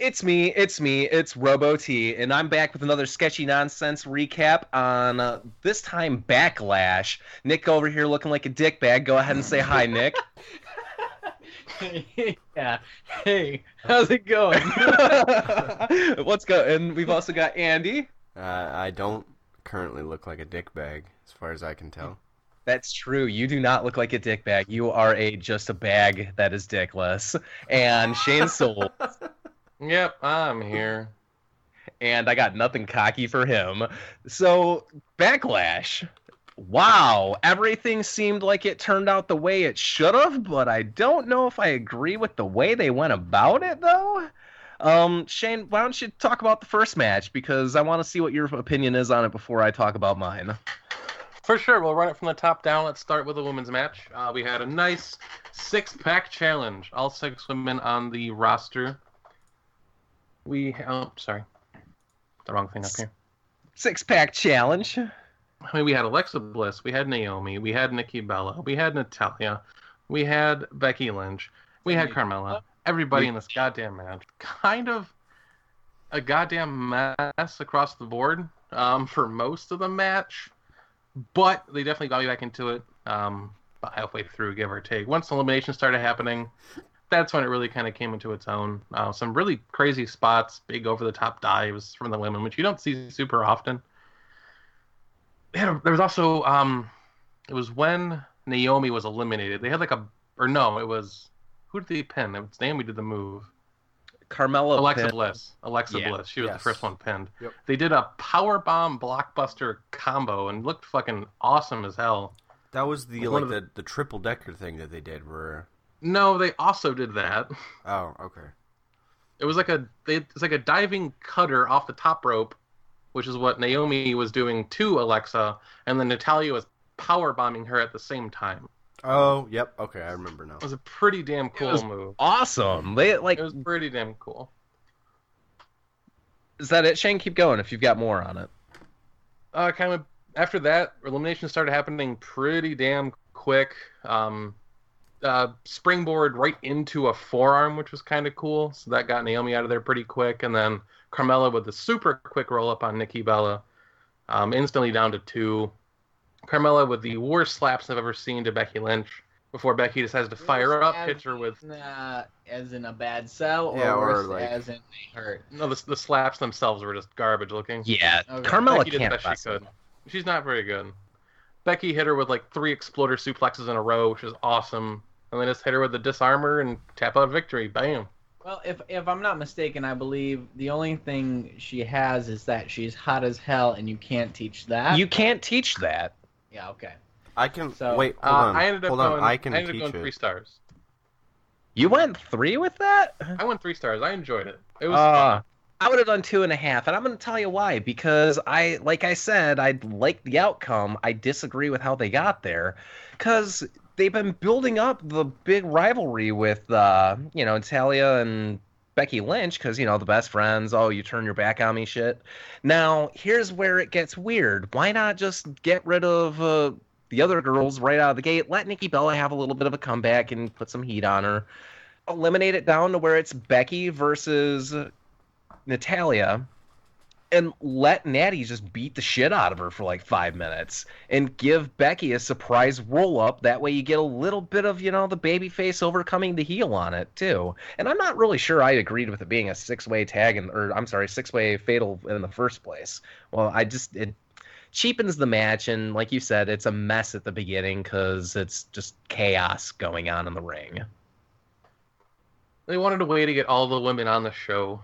It's me, it's me, it's Robo T, and I'm back with another sketchy nonsense recap on uh, this time Backlash. Nick over here looking like a dickbag. Go ahead and say hi, Nick. yeah. Hey, how's it going? Let's go. And we've also got Andy. Uh, I don't currently look like a dick bag, as far as I can tell. That's true. You do not look like a dick bag. You are a just a bag that is dickless. And Shane Soul. Yep, I'm here. and I got nothing cocky for him. So, backlash. Wow, everything seemed like it turned out the way it should have, but I don't know if I agree with the way they went about it though. Um, Shane, why don't you talk about the first match because I want to see what your opinion is on it before I talk about mine. For sure, we'll run it from the top down. Let's start with the women's match. Uh, we had a nice six pack challenge. All six women on the roster. We, oh, sorry. The wrong thing up here. Six pack challenge. I mean, we had Alexa Bliss, we had Naomi, we had Nikki Bella, we had Natalia, we had Becky Lynch, we had Carmella. Everybody in this goddamn match, kind of a goddamn mess across the board um, for most of the match, but they definitely got me back into it um, about halfway through, give or take. Once the elimination started happening, that's when it really kind of came into its own. Uh, some really crazy spots, big over the top dives from the women, which you don't see super often they had a, there was also um it was when Naomi was eliminated. They had like a or no, it was who did they pin? It was Naomi did the move. Carmella Alexa Oh, Pin- Bliss. Alexa Yeah. Bliss. She was Yes. the first one pinned. Yep. They did a power bomb blockbuster combo and looked fucking awesome as hell. That was the One like of the, the triple decker thing that they did. Where No, they also did that. oh okay, It was like a they, it's like a diving cutter off the top rope, which is what Naomi was doing to Alexa, and then Natalia was power bombing her at the same time. oh yep, okay, I remember now. It was a pretty damn cool was move. Awesome. They like it was pretty damn cool. is that it, Shane? Keep going if you've got more on it. Uh, kind of after that, elimination started happening pretty damn quick. Um, uh, springboard right into a forearm, which was kind of cool. So that got Naomi out of there pretty quick, and then Carmella with the super quick roll up on Nikki Bella, um, instantly down to two. Carmella with the worst slaps I've ever seen to Becky Lynch before Becky decides to fire up, As hit her with in, uh, as in a bad sell, or, Yeah, or worse, like- as in they hurt. no. The, the slaps themselves were just garbage looking. Yeah, Okay. Carmella Becky did the can't. best she wrestle. could. She's not very good. Becky hit her with like three exploder suplexes in a row, which is awesome. And then just hit her with the disarmor and tap out victory. Bam. Well, if if I'm not mistaken, I believe the only thing she has is that she's hot as hell, and you can't teach that. You can't teach that. yeah, okay. I can So, wait. Uh, Hold on. I ended up hold going. on. I can I ended up teach going three it. stars. You went three with that? I went three stars. I enjoyed it. It was. Uh, I would have done two and a half, and I'm going to tell you why. Because I, like I said, I like the outcome. I disagree with how they got there, because they've been building up the big rivalry with, uh, you know, Natalia and Becky Lynch, because you know the best friends. Oh, you turn your back on me, shit. Now here's where it gets weird. Why not just get rid of? Uh, the other girls right out of the gate. Let Nikki Bella have a little bit of a comeback and put some heat on her. Eliminate it down to where it's Becky versus Natalia and let Natty just beat the shit out of her for like five minutes and give Becky a surprise roll up. That way you get a little bit of, you know, the baby face overcoming the heel on it too. And I'm not really sure I agreed with it being a six way tag and or I'm sorry, six way fatal in the first place. Well, I just it cheapens the match and like you said, it's a mess at the beginning because it's just chaos going on in the ring. They wanted a way to get all the women on the show.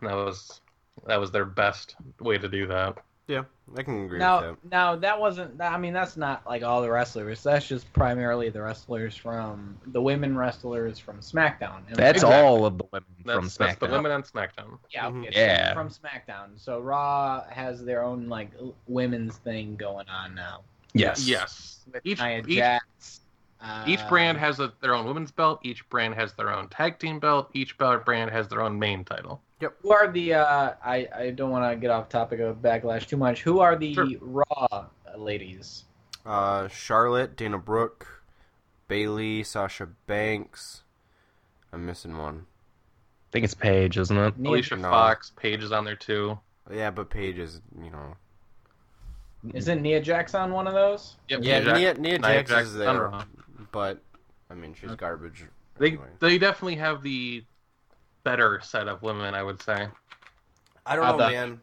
And that was that was their best way to do that. Yeah, I can agree Now, with now that wasn't. I mean, that's not like all the wrestlers. That's just primarily the wrestlers from the women wrestlers from SmackDown. And- That's Exactly. all of the women That's, from SmackDown. that's the women on SmackDown. Yeah, Mhm. okay, Yeah. So from SmackDown. So Raw has their own like l- women's thing going on now. Yes. Yes. Each, Nia each Jax, uh, Each brand has a, their own women's belt. Each brand has their own tag team belt. Each belt brand has their own main title. Who are the? Uh, I I don't want to get off topic of backlash too much. Who are the Sure. Raw ladies? that. Uh, Charlotte, Dana Brooke, Bailey, Sasha Banks. I'm missing one. think it's Paige, isn't it? Nia- Alicia No. Fox, Paige is on there too. Yeah, but Paige is, you know. Isn't Nia Jax on one of those? Yep, Yeah, Nia Jax- Nia, Nia Nia Jax Jax is is on there, Raw. but I mean she's garbage. They anyway. they definitely have the better set of women, I would say. I don't Uh, How know, the- man.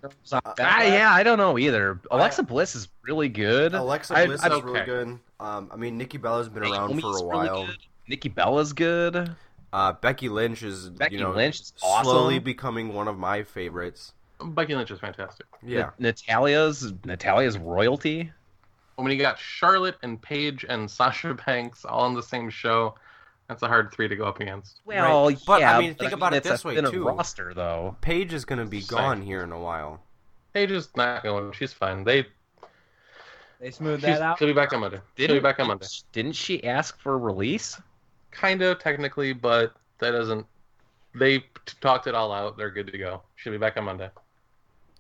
Ah, yeah, I don't know either. Alexa Bliss is really good. Alexa I- Bliss I'm is okay. really good. Um, I mean Nikki Bella's been around Naomi's for a really while. good. Nikki Bella's good. Uh, Becky Lynch is, Becky you know, Lynch is awesome. slowly becoming one of my favorites. Becky Lynch is fantastic. Yeah, Na- Natalia's Natalia's royalty. When you got Charlotte and Paige and Sasha Banks all on the same show, that's a hard three to go up against. Well, Right. But, I yeah, mean, think about it it's this a way, thinner too. roster though. Paige is gonna be Same. gone here in a while. Paige is not going. She's fine. They They smooth she's- that out. she'll be back on Monday. She'll be back on Monday. Didn't she ask for release? Kind of technically, but that doesn't. They t- talked it all out. They're good to go. She'll be back on Monday.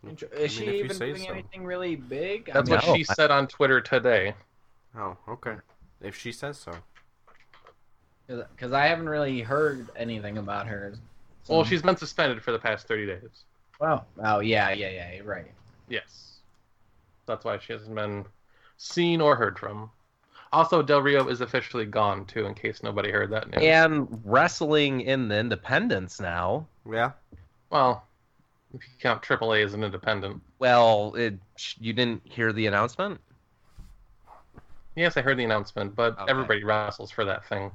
Is I mean, she if you even say doing so. anything really big? I That's mean, what No. she said on Twitter today. Oh, okay. If she says so. Because I haven't really heard anything about her. So- Well, she's been suspended for the past 30 days. Well, oh yeah, yeah, yeah, you're right. Yes. That's why she hasn't been seen or heard from. Also, Del Rio is officially gone, too, in case nobody heard that news. And wrestling in the independents now. Yeah. Well, if you count AAA as an independent. Well, it, you didn't hear the announcement. Yes, I heard the announcement, but Okay. everybody wrestles for that thing.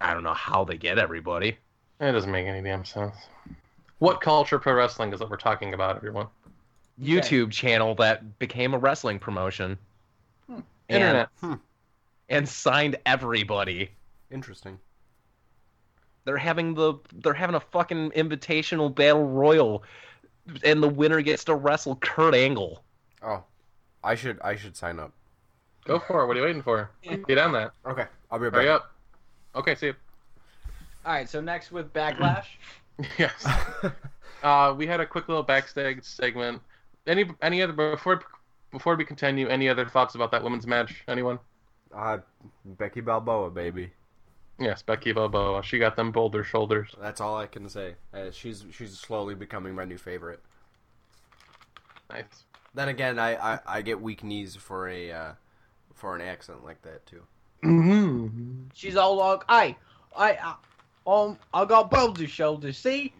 I don't know how they get everybody. It doesn't make any damn sense. What culture pro wrestling is what we're talking about, everyone? YouTube channel that became a wrestling promotion. Hmm. And- Internet. and signed everybody. Interesting. They're having the they're having a fucking invitational battle royal, and the winner gets to wrestle Kurt Angle. Oh, I should I should sign up. Go for it. What are you waiting for? Get on that. Okay, I'll be right Hurry back. up. Okay, see you. All right, so next with Backlash. Yes. Uh, we had a quick little backstage segment. Any any other before before we continue? Any other thoughts about that women's match? Anyone? uh, Becky Balboa, baby. Yes, Becky Balboa. She got them boulder shoulders. That's all I can say. Uh, she's she's slowly becoming my new favorite. Nice. Then again, I, I, I get weak knees for a uh, for an accent like that too. Mm-hmm. she's all like, "Hey, I, I, um, I got boulder shoulders. See,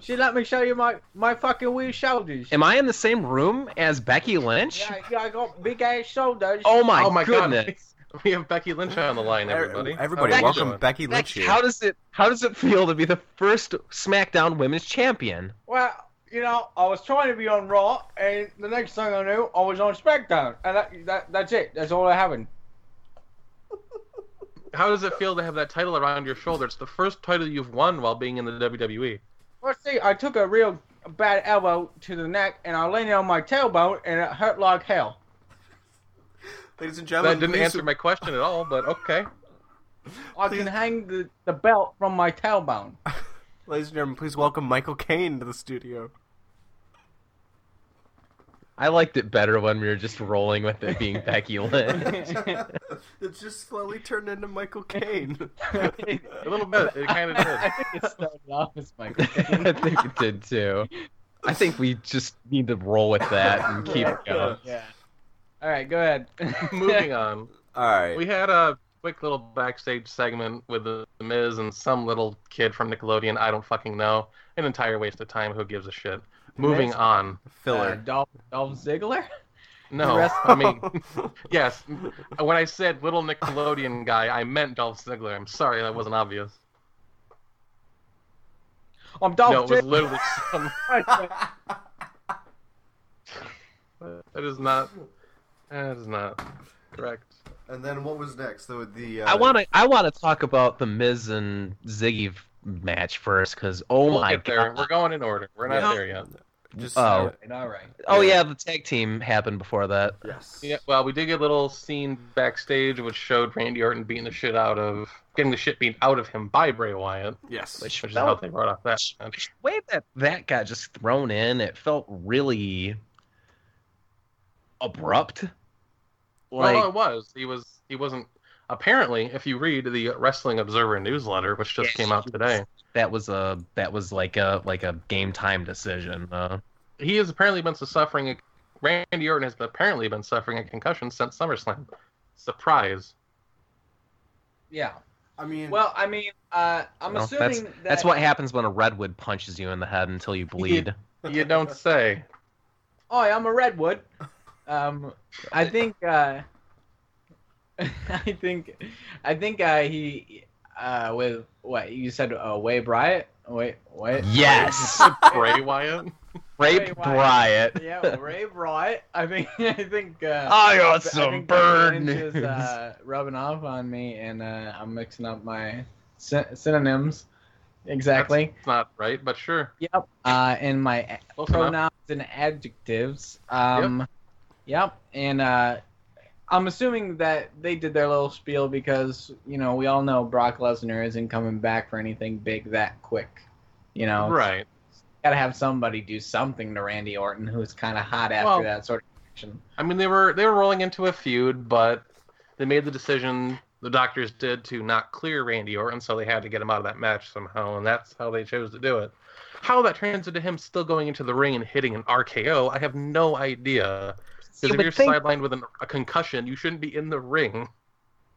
she let me show you my my fucking weird shoulders. Am I in the same room as Becky Lynch? Yeah, yeah, I got big ass shoulders. Oh my, Oh my God. goodness! We have Becky Lynch on the line, everybody. everybody, How's it welcome going? Becky Lynch Becky, here. how does it how does it feel to be the first SmackDown Women's Champion? Well, you know, I was trying to be on Raw, and the next thing I knew, I was on SmackDown, and that, that that's it. That's all that happened. How does it feel to have that title around your shoulder? It's the first title you've won while being in the E. WWE. Well, see, I took a real bad elbow to the neck, and I landed on my tailbone, and it hurt like hell. Ladies and That gentlemen, didn't please- answer my question at all, but okay. I Please- can hang the, the belt from my tailbone. Ladies and gentlemen, please welcome Michael Caine to the studio. I liked it better when we were just rolling with it being Becky Lynch. it's just slowly turned into Michael Caine. A little bit. It kind of I did. think it started off as my I think it did too. I think we just need to roll with that and keep it going. Yeah. All right, go ahead. Moving on. All right. We had a quick little backstage segment with the The Miz and some little kid from Nickelodeon. I don't fucking know. An entire waste of time. Who gives a shit? Moving Miz? on. Uh, Filler. Dolph, Dolph Ziggler? No, The rest- Uh, I mean, yes. When I said little Nickelodeon guy, I meant Dolph Ziggler. I'm sorry, that wasn't obvious. I'm Dolph no, it was Ziggler. literally some. That is not. That is not correct. and then what was next? The, the uh, I want to I want to talk about the Miz and Ziggy f- match first because oh We'll my get there. We're god! going in order. We're not Yeah. there yet. Just Oh. All right. Oh yeah, the tag team happened before that. yes. Yeah, well, we did get a little scene backstage, which showed Randy Orton beating the shit out of, getting the shit beat out of him by Bray Wyatt, Yes. Which- which is how they brought off that. match. The way that that got just thrown in, it felt really abrupt. Like well, no, it was. He was. He wasn't. apparently, if you read the Wrestling Observer newsletter, which just Yes, came out he today, That was a that was like a like a game time decision. Uh, he has apparently been suffering. A, Randy Orton has apparently been suffering a concussion since SummerSlam. Surprise! Yeah. I mean, Well, I mean, uh, I'm Well, assuming that, that's what happens when a redwood punches you in the head until you bleed. You don't say. Oh, I'm a redwood. Um, I think. Uh, I think. I think uh, he uh, with what you said. Uh, Way Bryant. Wait, wait. Yes, Bray Wyatt. Rape Bray Wyatt. Bryant. yeah, Ray Bryant. I think. I think. Uh, I got I some think the bird orange is, news. uh, rubbing off on me, and uh, I'm mixing up my syn- synonyms. Exactly. It's not right, but sure. Yep. Uh, and my Close enough. pronouns and adjectives. Um, yep. And uh, I'm assuming that they did their little spiel because you know we all know Brock Lesnar isn't coming back for anything big that quick. You know, Right. gotta have somebody do something to Randy Orton, who's kind of hot after Well- that sort of action. I mean, they were they were rolling into a feud, but they made the decision. The doctors did to not clear Randy Orton, so they had to get him out of that match somehow, and that's how they chose to do it. How that turns into him still going into the ring and hitting an RKO, I have no You idea. Because if would you're think- sidelined with an, a concussion, you shouldn't be in the ring,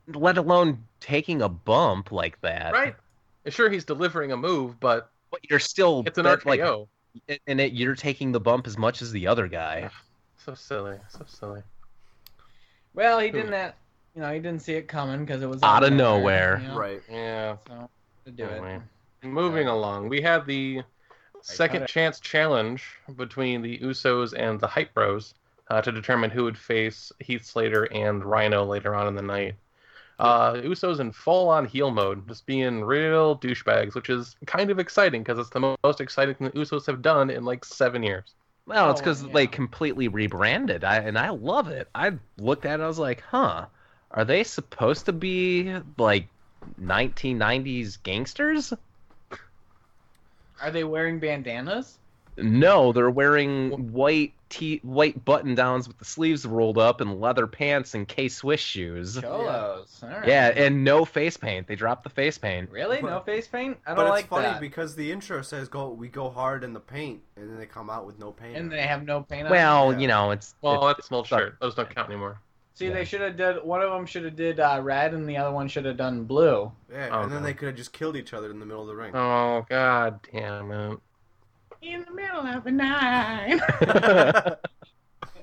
let alone taking a bump like that. right? Sure, he's delivering a move, but But you're still it's an that, RKO. like, and it, you're taking the bump as much as the other guy. So silly, so silly. Well, he Who? didn't. That you know, he didn't see it coming because it was Outta out nowhere. you know? right. Yeah. So to do it. Anyway. Moving along, we have the second chance challenge between the Usos and the Hype Bros uh, to determine who would face Heath Slater and Rhino later on in the night. Uh, Usos in full on heel mode, just being real douchebags, which is kind of exciting because it's the mo- most exciting thing the Usos have done in like seven years. Well, it's Oh, because yeah. they completely rebranded, I, and I love it. I looked at it, I was like, huh, are they supposed to be like 1990s gangsters? Are they wearing bandanas? No, they're wearing white te- white button downs with the sleeves rolled up and leather pants and K Swiss shoes. Cholos. All right. Yeah, and no face paint. They dropped the face paint. Really? No face paint? I But don't it's like funny that. because the intro says go we go hard in the paint, and then they come out with no paint. And they have no paint on. Well, Yeah. you know, it's Well, it's- that's an old shirt. Those don't count anymore. See, yeah. they should have did one of them should have did uh, red, and the other one should have done blue. yeah, Oh, and then no. they could have just killed each other in the middle of the ring. Oh, god damn it. In the middle of the night.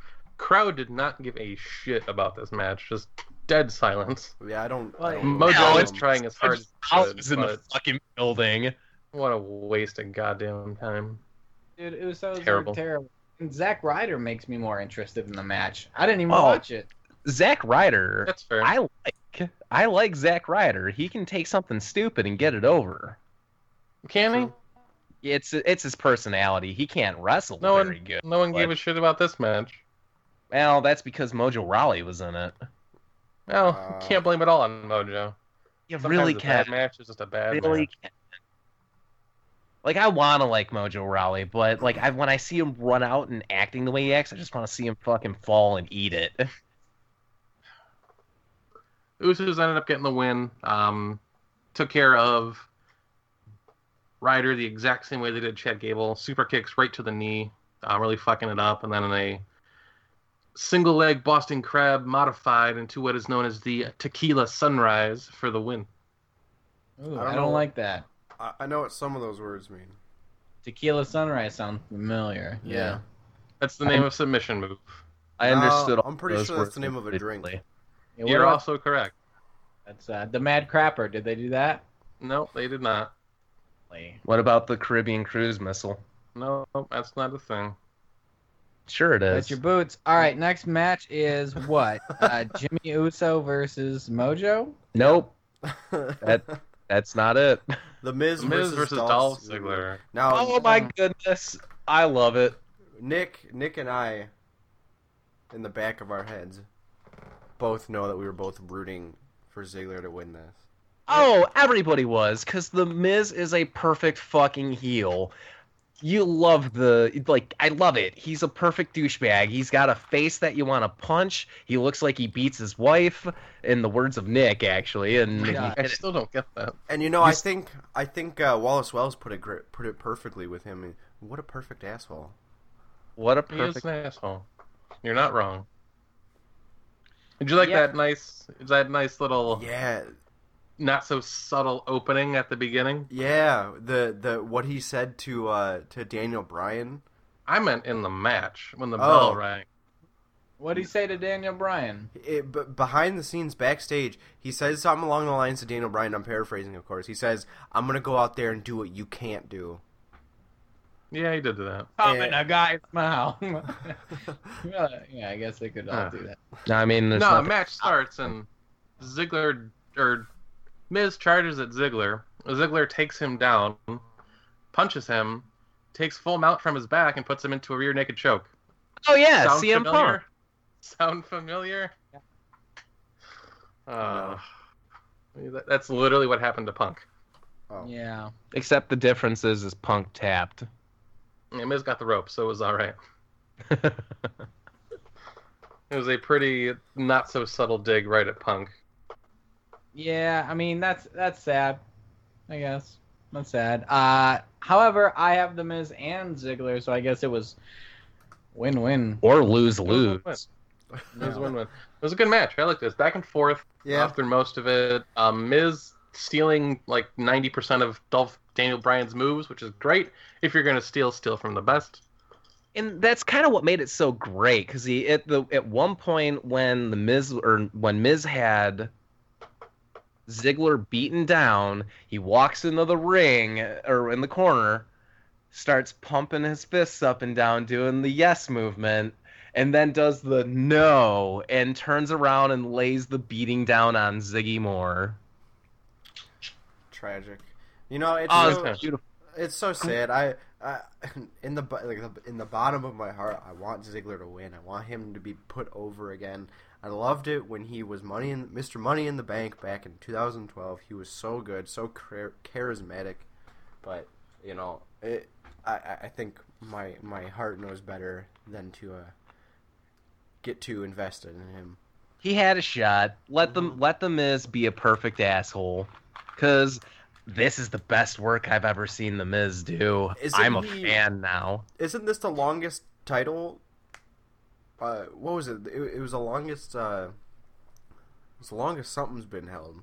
Crowd did not give a shit about this match, just dead silence. Yeah, I don't. Well, I don't Mojo No, is trying as hard as he I could, was in the but fucking building. what a waste of goddamn time. Dude, Usos Terrible. are terrible. And Zack Ryder makes me more interested in the match. I didn't even Oh. watch it. Zack Ryder, That's fair. I like. I like Zack Ryder. He can take something stupid and get it over. Can he? True. It's it's his personality. He can't wrestle No one- very good. No one gave But- a shit about this match. Well, that's because Mojo Raleigh was in it. Well, Uh, can't blame it all on Mojo. You Sometimes really a bad can't. match is just a bad Really match. can't. Like I want to like Mojo Raleigh, but like I when I see him run out and acting the way he acts, I just want to see him fucking fall and eat it. Usos ended up getting the win. Um, took care of Ryder the exact same way they did Chad Gable. Super kicks right to the knee, uh, really fucking it up, and then a single leg Boston Crab modified into what is known as the Tequila Sunrise for the win. Ooh, I I don't, don't know. like that. I, I know what some of those words mean. Tequila Sunrise sounds familiar. Yeah. That's the name of submission move. I No, understood. all I'm pretty those sure that's words the name of a drink. individually. Yeah, what You're about- also correct. That's uh, the Mad Crapper. Did they do that? No, they did not. What about the Caribbean cruise missile? No, that's not a thing. Sure it is. That's your boots. All right, next match is what? Uh, Jimmy Uso versus Mojo. Nope, that's not it. the Miz, Miz versus Dolph Ziggler. Now, Oh my goodness. I love it. Nick, Nick, and I, in the back of our heads, both know that we were both rooting for Ziggler to win this. Oh, everybody was, because The Miz is a perfect fucking heel. you love the like I love it. He's a perfect douchebag. He's got a face that you want to punch. He looks like he beats his wife in the words of Nick actually Oh and Yeah. I still don't get that. And you know, I He's- think I think uh, Wallace Wells put it gr- put it perfectly with him. What a perfect asshole. what a He is perfect an asshole. You're not wrong. Did you like Yeah. that nice that nice little Yeah, not so subtle opening at the beginning? yeah. The the what he said to uh, to Daniel Bryan. I meant in the match when the Oh. bell rang. What do you say to Daniel Bryan? It, but behind the scenes, backstage, he says something along the lines to Daniel Bryan. I'm paraphrasing, of course. He says, "I'm gonna go out there and do what you can't do." Yeah, he did do that. Pop Yeah. in a guy's mouth. Well, yeah, I guess they could all Uh. do that. No, I mean there's no, nothing- match starts and Ziggler or Miz charges at Ziggler. Ziggler takes him down, punches him, takes full mount from his back, and puts him into a rear naked choke. Oh yeah, Sound CM familiar? Punk. Sound familiar? Uh, that- That's literally what happened to Punk. Oh. Yeah. Except the difference is is Punk tapped. Yeah, Miz got the rope, so it was all right. It was a pretty not so subtle dig right at Punk. Yeah, I mean that's that's sad. I guess. That's sad. Uh however, I have the Miz and Ziggler, so I guess it was win win. or lose It was lose. a win-win. It was a win-win. It was a good match. I like this back and forth. Yeah. after most of it. Um, Miz stealing like 90% of Dolph Daniel Bryan's moves, which is great. If you're going to steal, steal from the best. and that's kind of what made it so great because he at the at one point when the Miz or when Miz had Ziggler beaten down, he walks into the ring or in the corner, starts pumping his fists up and down, doing the yes movement, and then does the no and turns around and lays the beating down on Ziggy Moore. Tragic. You know, it's Oh, Oz- so, it's beautiful. it's so sad. I, I in the bo- like the, in the bottom of my heart, I want Ziggler to win. I want him to be put over again. I loved it when he was money in Mr. Money in the Bank back in 2012. He was so good, so char- charismatic. But you know, it, I- I I think my my heart knows better than to uh, get too invested in him. He had a shot. Let them Mhm. let the Miz be a perfect asshole, because this is the best work I've ever seen the Miz do. Isn't I'm a he- fan now. Isn't this the longest title? Uh, what was it? It, it was the longest. Uh, it's the longest something's been held.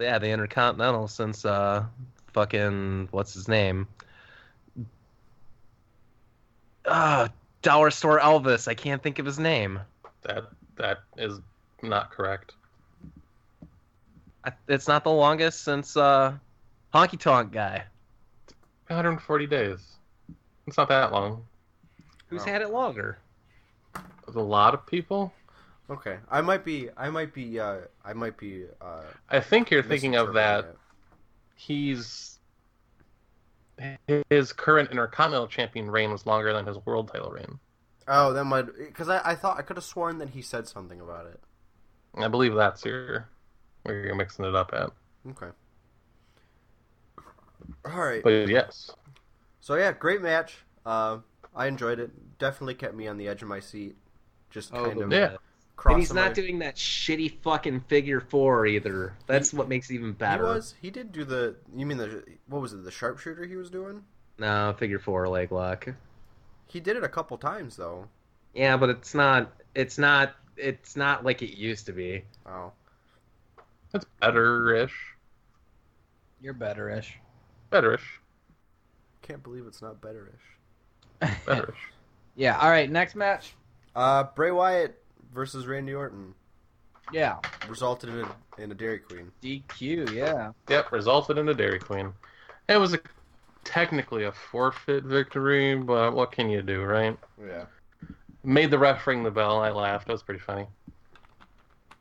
Yeah, the Intercontinental since uh, fucking what's his name? Uh Dollar Store Elvis. I can't think of his name. That that is not correct. I, it's not the longest since uh, Honky Tonk guy. 140 days. It's not that long. Who's Oh. had it longer? There's a lot of people. Okay, I might be. I might be. Uh, I might be. Uh, I think you're thinking of that. misinterpreting He's his current Intercontinental Champion reign was longer than his World Title reign. it. Oh, that might. Because I, I thought I could have sworn that he said something about it. I believe that's your where you're mixing it up at. Okay. All right. But yes, So yeah, great match. Uh, I enjoyed it. Definitely kept me on the edge of my seat. Just Oh, kind of. yeah. crossing and he's my- not doing that shitty fucking figure four either. That's what makes it even He better. was. He did do the. You mean the? What was it? The sharpshooter he was doing. No, figure four leg lock. He did it a couple times though. Yeah, but it's not. It's not. It's not like it used to be. Oh, that's better-ish. You're better-ish. Better-ish. can't believe it's not betterish. Better-ish. yeah, all right, next match. Uh, Bray Wyatt versus Randy Orton Yeah. resulted in a, in a Dairy Queen. DQ, yeah. Yep, resulted in a Dairy Queen. It was a, technically a forfeit victory, but what can you do, right? Yeah. Made the ref ring the bell. I laughed. That was pretty funny.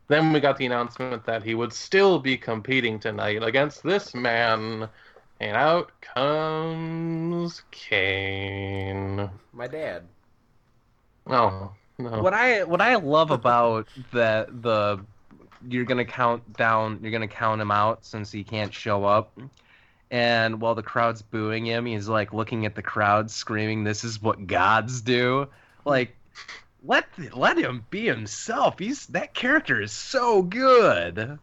Then we got the announcement that he would still be competing tonight against this man, and out comes Kane. My dad. Oh no! What I what I love about the the you're gonna count down. You're gonna count him out since he can't show up. And while the crowd's booing him, he's like looking at the crowd, screaming, "This is what gods do!" Like, let let him be himself. He's that character is so good.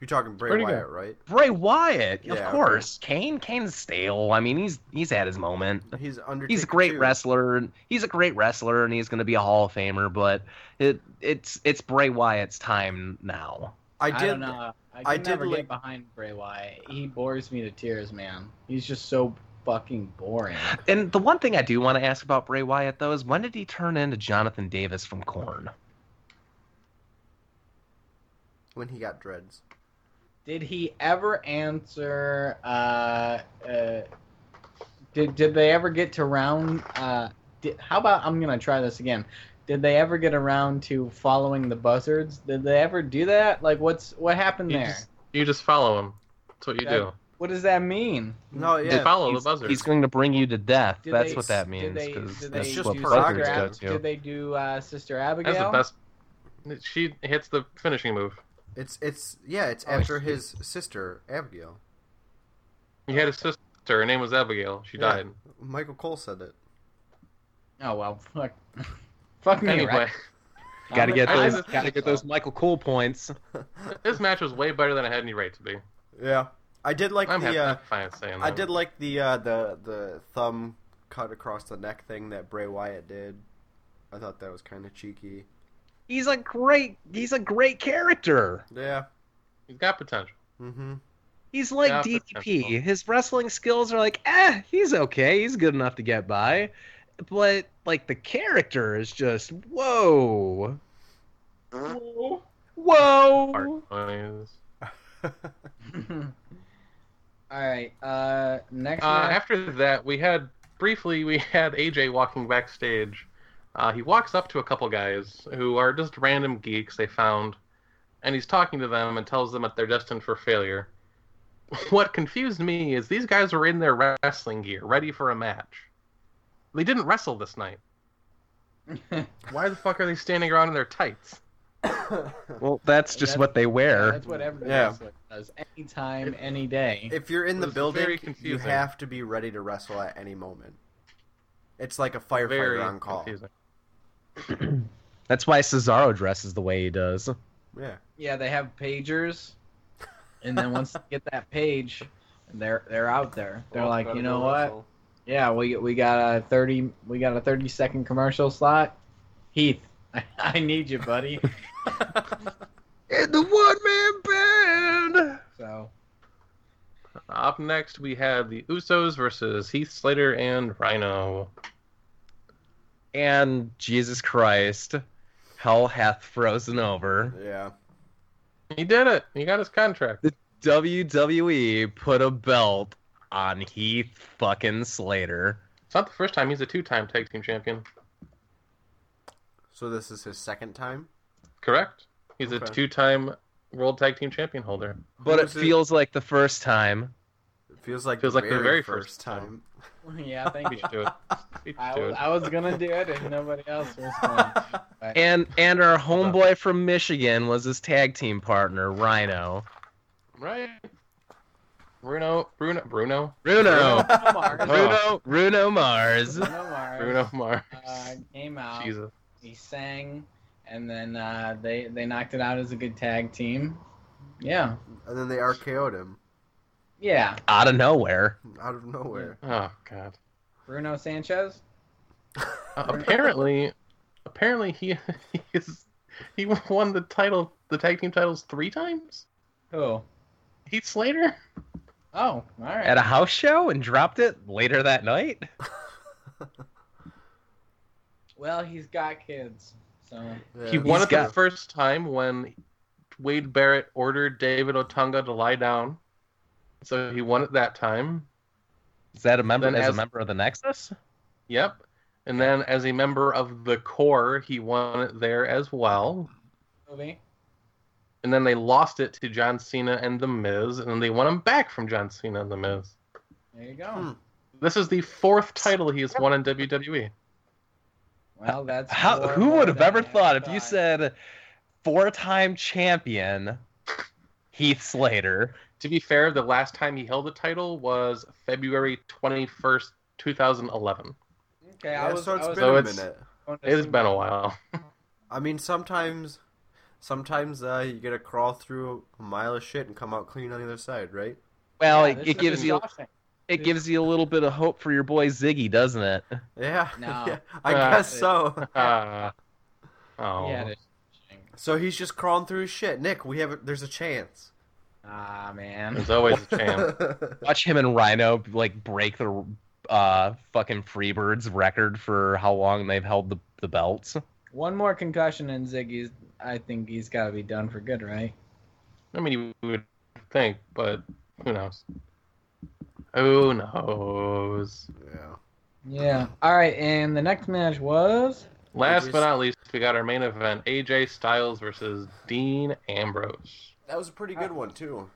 You're talking Bray Where'd he go? Wyatt, right? Bray Wyatt, Yeah, okay. of course. Kane, Kane's stale. I mean, he's he's had his moment. He's under. He's a great wrestler. and He's a great wrestler, and he's going to be a Hall of Famer. But it it's it's Bray Wyatt's time now. I I, did. don't know. I, I can did never like- get behind Bray Wyatt. He bores me to tears, man. He's just so fucking boring. And the one thing I do want to ask about Bray Wyatt though is when did he turn into Jonathan Davis from Corn? when he got dreads. Did he ever answer? Uh, uh, did did they ever get to round? Uh, did, how about I'm gonna try this again. Did they ever get around to following the buzzards? Did they ever do that? Like, what's what happened You there? just, you just follow him. That's what you Yeah. do. What does that mean? No, You yeah. follow he's, Oh, the buzzards. he's going to bring you to death. Did that's they- what that did means. they- 'cause did that's they what do buzzards go Scrap? to. Did they do uh, Sister Abigail? That's the best. She hits the finishing move. It's it's yeah. It's Oh, I after see. his sister Abigail. He had a sister. Her name was Abigail. She Yeah. died. Michael Cole said it. Oh well, fuck, fuck me. Anyway, Right? Got to get I- I those. just- Got to get those Michael Cool points. this match was way better than I had any right to be. yeah, I did like I'm happy. the. Uh, I'm fine with saying that. I did like the uh, the the thumb cut across the neck thing that Bray Wyatt did. I thought that was kind of cheeky. He's a great. He's a great character. Yeah. He's got potential. Mm-hmm. He's like Yeah, DDP. potential. His wrestling skills are like, eh, he's okay. He's good enough to get by. But like the character is just whoa, Fart whoa. noise. All right. Uh, next. Uh, match- after that, we had briefly we had AJ walking backstage. Uh, he walks up to a couple guys who are just random geeks they found, and he's talking to them and tells them that they're destined for failure. What confused me is these guys were in their wrestling gear, ready for a match. They didn't wrestle this night. Why the fuck are they standing around in their tights? Well, that's just That's- what they wear. That's what every Yeah. wrestler does. Anytime, any day. if you're in the It was building, very you confusing. have to be ready to wrestle at any moment. It's like a firefighter Very on call. confusing. That's why Cesaro dresses the way he does. Yeah. yeah, they have pagers, and then once they get that page, they're they're out there. They're like, you know what? Yeah, we we got a thirty we got a thirty second commercial slot. Heath, I, I need you, buddy. In the one man band. so Up next, we have the Usos versus Heath Slater and Rhino. And Jesus Christ, hell hath frozen over. Yeah. He did it. He got his contract. WWE E put a belt on Heath fucking Slater. It's not the first time he's a two-time tag team champion. So this is his second time. Correct. He's a Okay. two-time world tag team champion holder. But it Who's feels like the first time. It feels like Feels the like very, first time. yeah, thank We you. should do it. We should I, do was- it. I was gonna do it if nobody else was going. But And and our homeboy from Michigan was his tag team partner, Rhino. Right. Bruno, Bruno, Bruno, Bruno. Bruno Mars, Bruno Bruno Mars. Bruno Mars, Bruno Mars. uh, came out. Jesus. he sang, and then uh, they they knocked it out as a good tag team. Yeah, And then they RKO'd him yeah. Out of nowhere. out of nowhere. Oh God. Bruno Sanchez. Uh, apparently, apparently he he is he won the title, the tag team titles three times. Who? Heath Slater. Oh, all right. At a house show and dropped it later that night. well, he's got kids, so Yeah. He won He's it for the got- first time when Wade Barrett ordered David Otunga to lie down. So he won it that time. Is that a member Then as, a as- member of the Nexus? Yep. And then as a member of the core, he won it there as well. movie. And then they lost it to John Cena and The Miz, and then they won him back from John Cena and The Miz. There you go. Hmm. This is the fourth title he has won in E. WWE. Well, that's How, more who would have than ever I thought if you said four time champion Heath Slater? to be fair, the last time he held the title was February 21st, 2011. Okay, Yeah, I was, so it's I was been So a it's- minute. going to It has see- been a while. I mean, sometimes, sometimes uh, you gotta crawl through a mile of shit and come out clean on the other side, right? Well, Yeah, it, this it is gives you exhausting. it gives you a little bit of hope for your boy Ziggy, doesn't it? Yeah. No. yeah, I Uh, guess so. Uh, oh. Yeah, it is exhausting. So he's just crawling through his shit. Nick, we have a, there's a chance. Ah man. There's always a chance. Watch him and Rhino like break the uh fucking Freebirds record for how long they've held the the belts. One more concussion and Ziggy's. I think he's got to be done for good, right? I mean, you would think, but who knows? Who knows? yeah. Yeah. All right, and the next match was Last Just- but not least, we got our main event AJ Styles versus Dean Ambrose. That was a pretty good one too.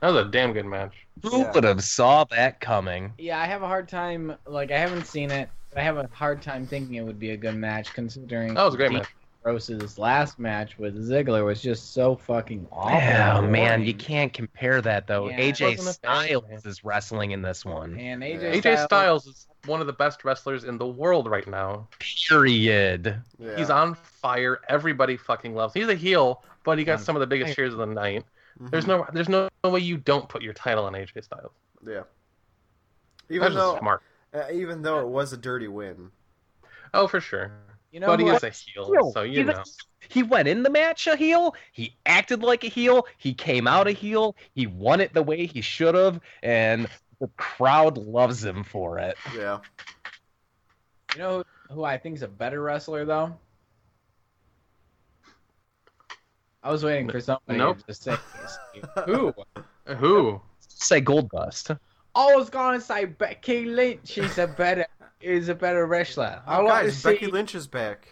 That was a damn good match. Who Yeah. would have saw that coming? Yeah, I have a hard time. Like, I haven't seen it. But I have a hard time thinking it would be a good match, considering That was a great Dean match. Ambrose's last match with Ziggler was just so fucking awful. Oh and man, you boring. can't compare that though. Yeah. AJ Wasn't a fan, man. Styles is wrestling in this one. And AJ, Yeah. AJ Styles is one of the best wrestlers in the world right now. Period. Yeah. He's on fire. Everybody fucking loves. Him. He's a heel, but he got some of the biggest cheers of the night. Mhm. There's no, there's no way you don't put your title on AJ Styles. Yeah. That's Even just though, smart. uh, even though it was a dirty win. Oh, for sure. You know, but he who I- is a heel, so you He's a- know. He went in the match a heel. He acted like a heel. He came out a heel. He won it the way he should have, and the crowd loves him for it. Yeah. you know who I think is a better wrestler though. I was waiting for somebody Nope. to say this. who. Who? Say Gold Dust. I was Oh, gonna say Becky Lynch. She's a better is a better wrestler. I Oh, like guys, to see. Becky Lynch is back.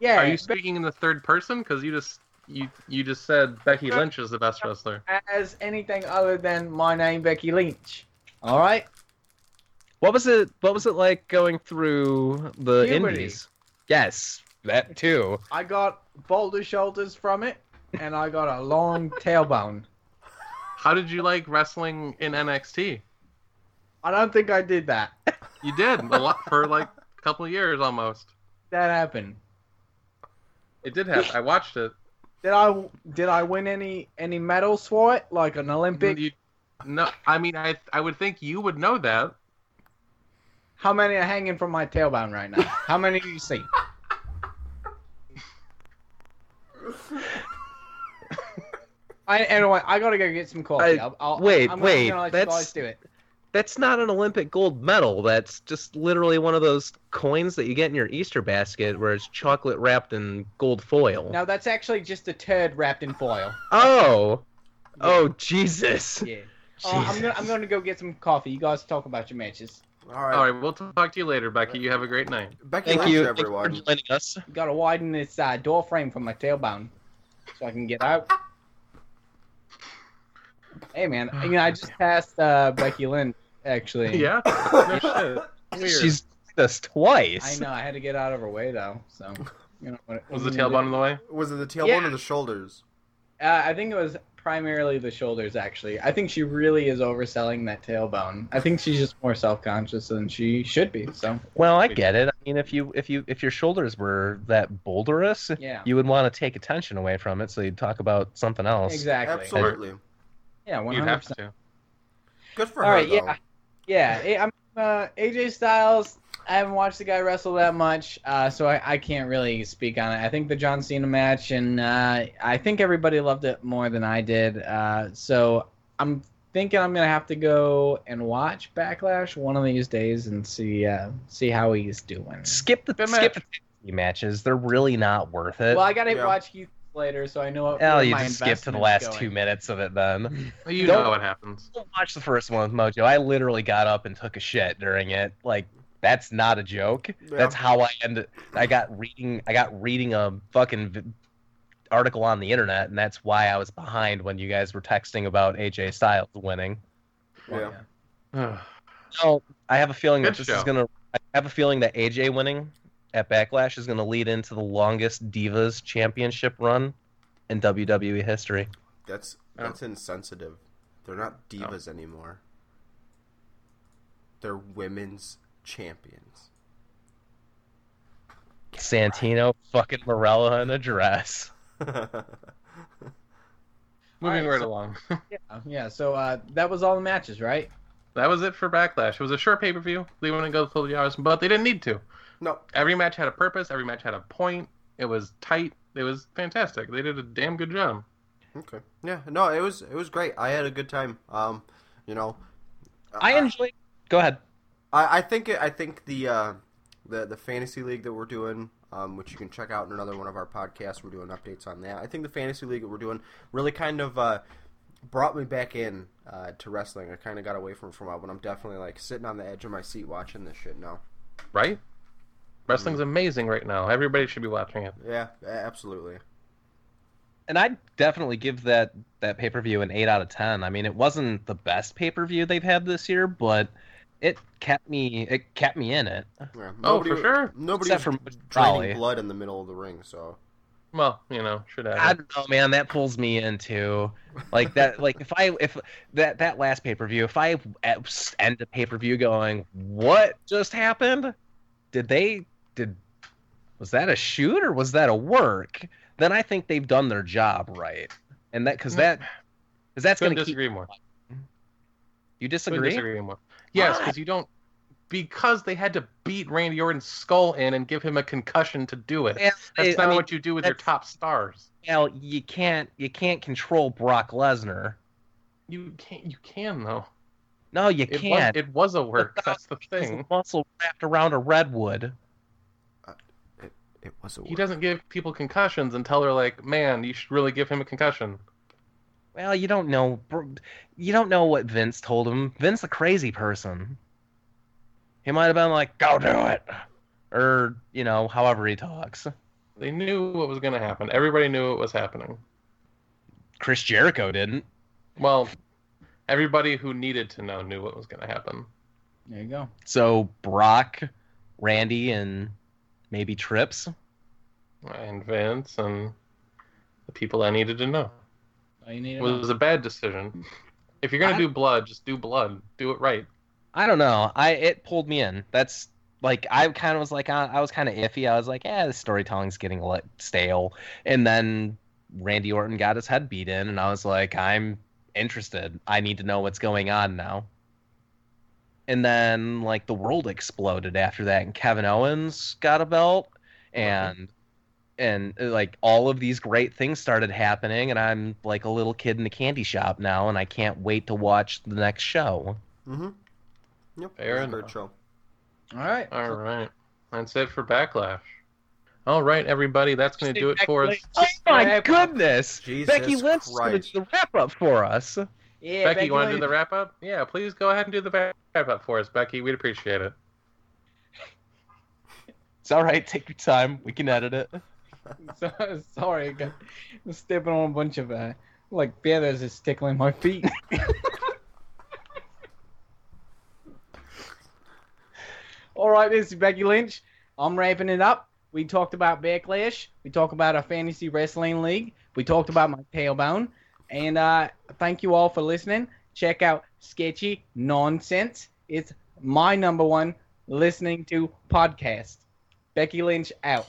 Yeah, Are you speaking in the third person? Because you just you you just said Becky Lynch is the best wrestler. as anything other than my name Becky Lynch. All right. What was it? What was it like going through the Puberty. Indies? Yes, that too. I got boulder shoulders from it, and I got a long tailbone. How did you like wrestling in NXT? I don't think I did that. You did a lot for like a couple of years almost. That happened. It did happen. I watched it. Did I did I win any any medals for it, like an Olympic? You- no, I mean I I would think you would know that. How many are hanging from my tailbone right now? How many do you see? I anyway, I gotta go get some coffee. I- I'll, I'll, wait, I'm wait, Gonna let you that's- guys do it. That's not an Olympic gold medal. That's just literally one of those coins that you get in your Easter basket where it's chocolate wrapped in gold foil. No, that's actually just a turd wrapped in foil. Oh. Oh Jesus. Yeah. Uh, I'm gonna I'm gonna go get some coffee. You guys talk about your matches. All right. All right, we'll talk to you later, Becky. You have a great night. Becky Thank Lynch, you. Thank you for everyone. joining us. You gotta widen this uh, door frame from my tailbone so I can get out. Hey man, you know I just passed uh, Becky Lynn actually. Yeah. No shit. Weird. She's done us I twice. know I had to get out of her way though, so you know what. was the tailbone in the way? was it the tailbone Yeah. or the shoulders? Uh, I think it was primarily the shoulders actually. I think she really is overselling that tailbone. I think she's just more self-conscious than she should be. So Well, I get it. I mean, if you if you if your shoulders were that boulderous, yeah, you would want to take attention away from it, so you'd talk about something else. exactly. Absolutely. Yeah, one You hundred have percent. to. Good for All her right, though. yeah. Yeah, I- I'm uh, AJ Styles. I haven't watched the guy wrestle that much, uh, so I, I can't really speak on it. I think the John Cena match, and uh, I think everybody loved it more than I did. Uh, so I'm thinking I'm gonna have to go and watch Backlash one of these days and see uh, see how he's doing. Skip the Good skip the tag team matches. They're really not worth it. Well, I gotta Yeah. watch Heath later, so I know. what- Hell, where you my just skip to the last investment's two going. minutes of it then. You Don't- know what happens. Don't watch the first one with Mojo. I literally got up and took a shit during it. Like that's not a joke. Yeah. That's how I ended. I got reading. I got reading a fucking v- article on the internet, and that's why I was behind when you guys were texting about AJ Styles winning. Yeah. No, I have a feeling that Good this is show. gonna. I have a feeling that AJ winning at Backlash is gonna lead into the longest Divas Championship run in WWE E history. Oh. That's that's insensitive. They're not divas anymore. They're women's champions. Santino fucking Morella in a dress. Moving Alright, right so- along. Yeah, yeah. So uh, that was all the matches, right? That was it for Backlash. It was a short pay per view. They wouldn't go full three hours, but they didn't need to. no, Every match had a purpose. Every match had a point. It was tight. It was fantastic. They did a damn good job. okay, yeah, no, it was it was great. I had a good time. Um, you know, I enjoyed. Go ahead. I, I think I think the uh, the the fantasy league that we're doing, um, which you can check out in another one of our podcasts. We're doing updates on that. I think the fantasy league that we're doing really kind of uh, brought me back in uh, to wrestling. I kind of got away from it for a while, but I'm definitely like sitting on the edge of my seat watching this shit now. Right? Wrestling's amazing right now. Everybody should be watching it. Yeah, a- absolutely. And I'd definitely give that that pay per view an eight out of ten. I mean, it wasn't the best pay per view they've had this year, but it kept me it kept me in it. Yeah, Oh, for nobody- sure. Nobody Except was for draining Molly. blood in the middle of the ring, so Well, you know, should I have. don't know, man. That pulls me into like that. Like if I if that that last pay per view, if I at- end a pay per view going, what just happened? Did they did was that a shoot or was that a work? Then I think they've done their job right, and that because that because that's Couldn't going to keep disagree more. you Couldn't disagree. disagree more. Yes, because you don't. Because they had to beat Randy Orton's skull in and give him a concussion to do it. Yeah, That's I- not I mean, what you do with your that's- top stars. well, you can't you can't control Brock Lesnar. You can't. You can though. No, you It was, can't. it was a work. Without- That's the It's thing. a muscle wrapped around a redwood. it was a. He work. doesn't give people concussions until they're like, "Man, you should really give him a concussion." Well, you don't know. br- You don't know what Vince told him. Vince, a crazy person. He might have been like, "Go do it," or you know, however he talks. They knew what was going to happen. Everybody knew what was happening. Chris Jericho didn't. Well, everybody who needed to know knew what was going to happen. There you go. So Brock, Randy, and maybe Trips. And Vince and the people I needed to know. All you need. It to know. was a bad decision. If you're going I- to do blood, just do blood. Do it right. I don't know. I it pulled me in. That's like I kind of was like uh, I, I was kind of iffy. I was like, yeah, the storytelling's getting like stale. And then Randy Orton got his head beat in, and I was like, I'm interested. I need to know what's going on now. And then like the world exploded after that, and Kevin Owens got a belt, and and uh, like all of these great things started happening, and I'm like a little kid in a candy shop now, and I can't wait to watch the next show. Mm-hmm. Yep. Fair it was a great enough. show. All right. All right. That's it for Backlash. All right, everybody. That's going to do it for us. Oh my Wrap goodness! Jesus Becky Lynch is going to Christ. do the wrap up for us. Yeah, Becky, you want to do Lynch. the wrap up? Yeah, please go ahead and do the wrap up for us, Becky. We'd appreciate it. It's all right. Take your time. We can edit it. So, sorry, I got I'm stepping on a bunch of uh, like feathers is tickling my feet. All right, this is Becky Lynch. I'm wrapping it up. We talked about backlash. We talked about our fantasy wrestling league. We talked about my tailbone. And uh, thank you all for listening. Check out Sketchy Nonsense. It's my number one listening to podcast. Becky Lynch out.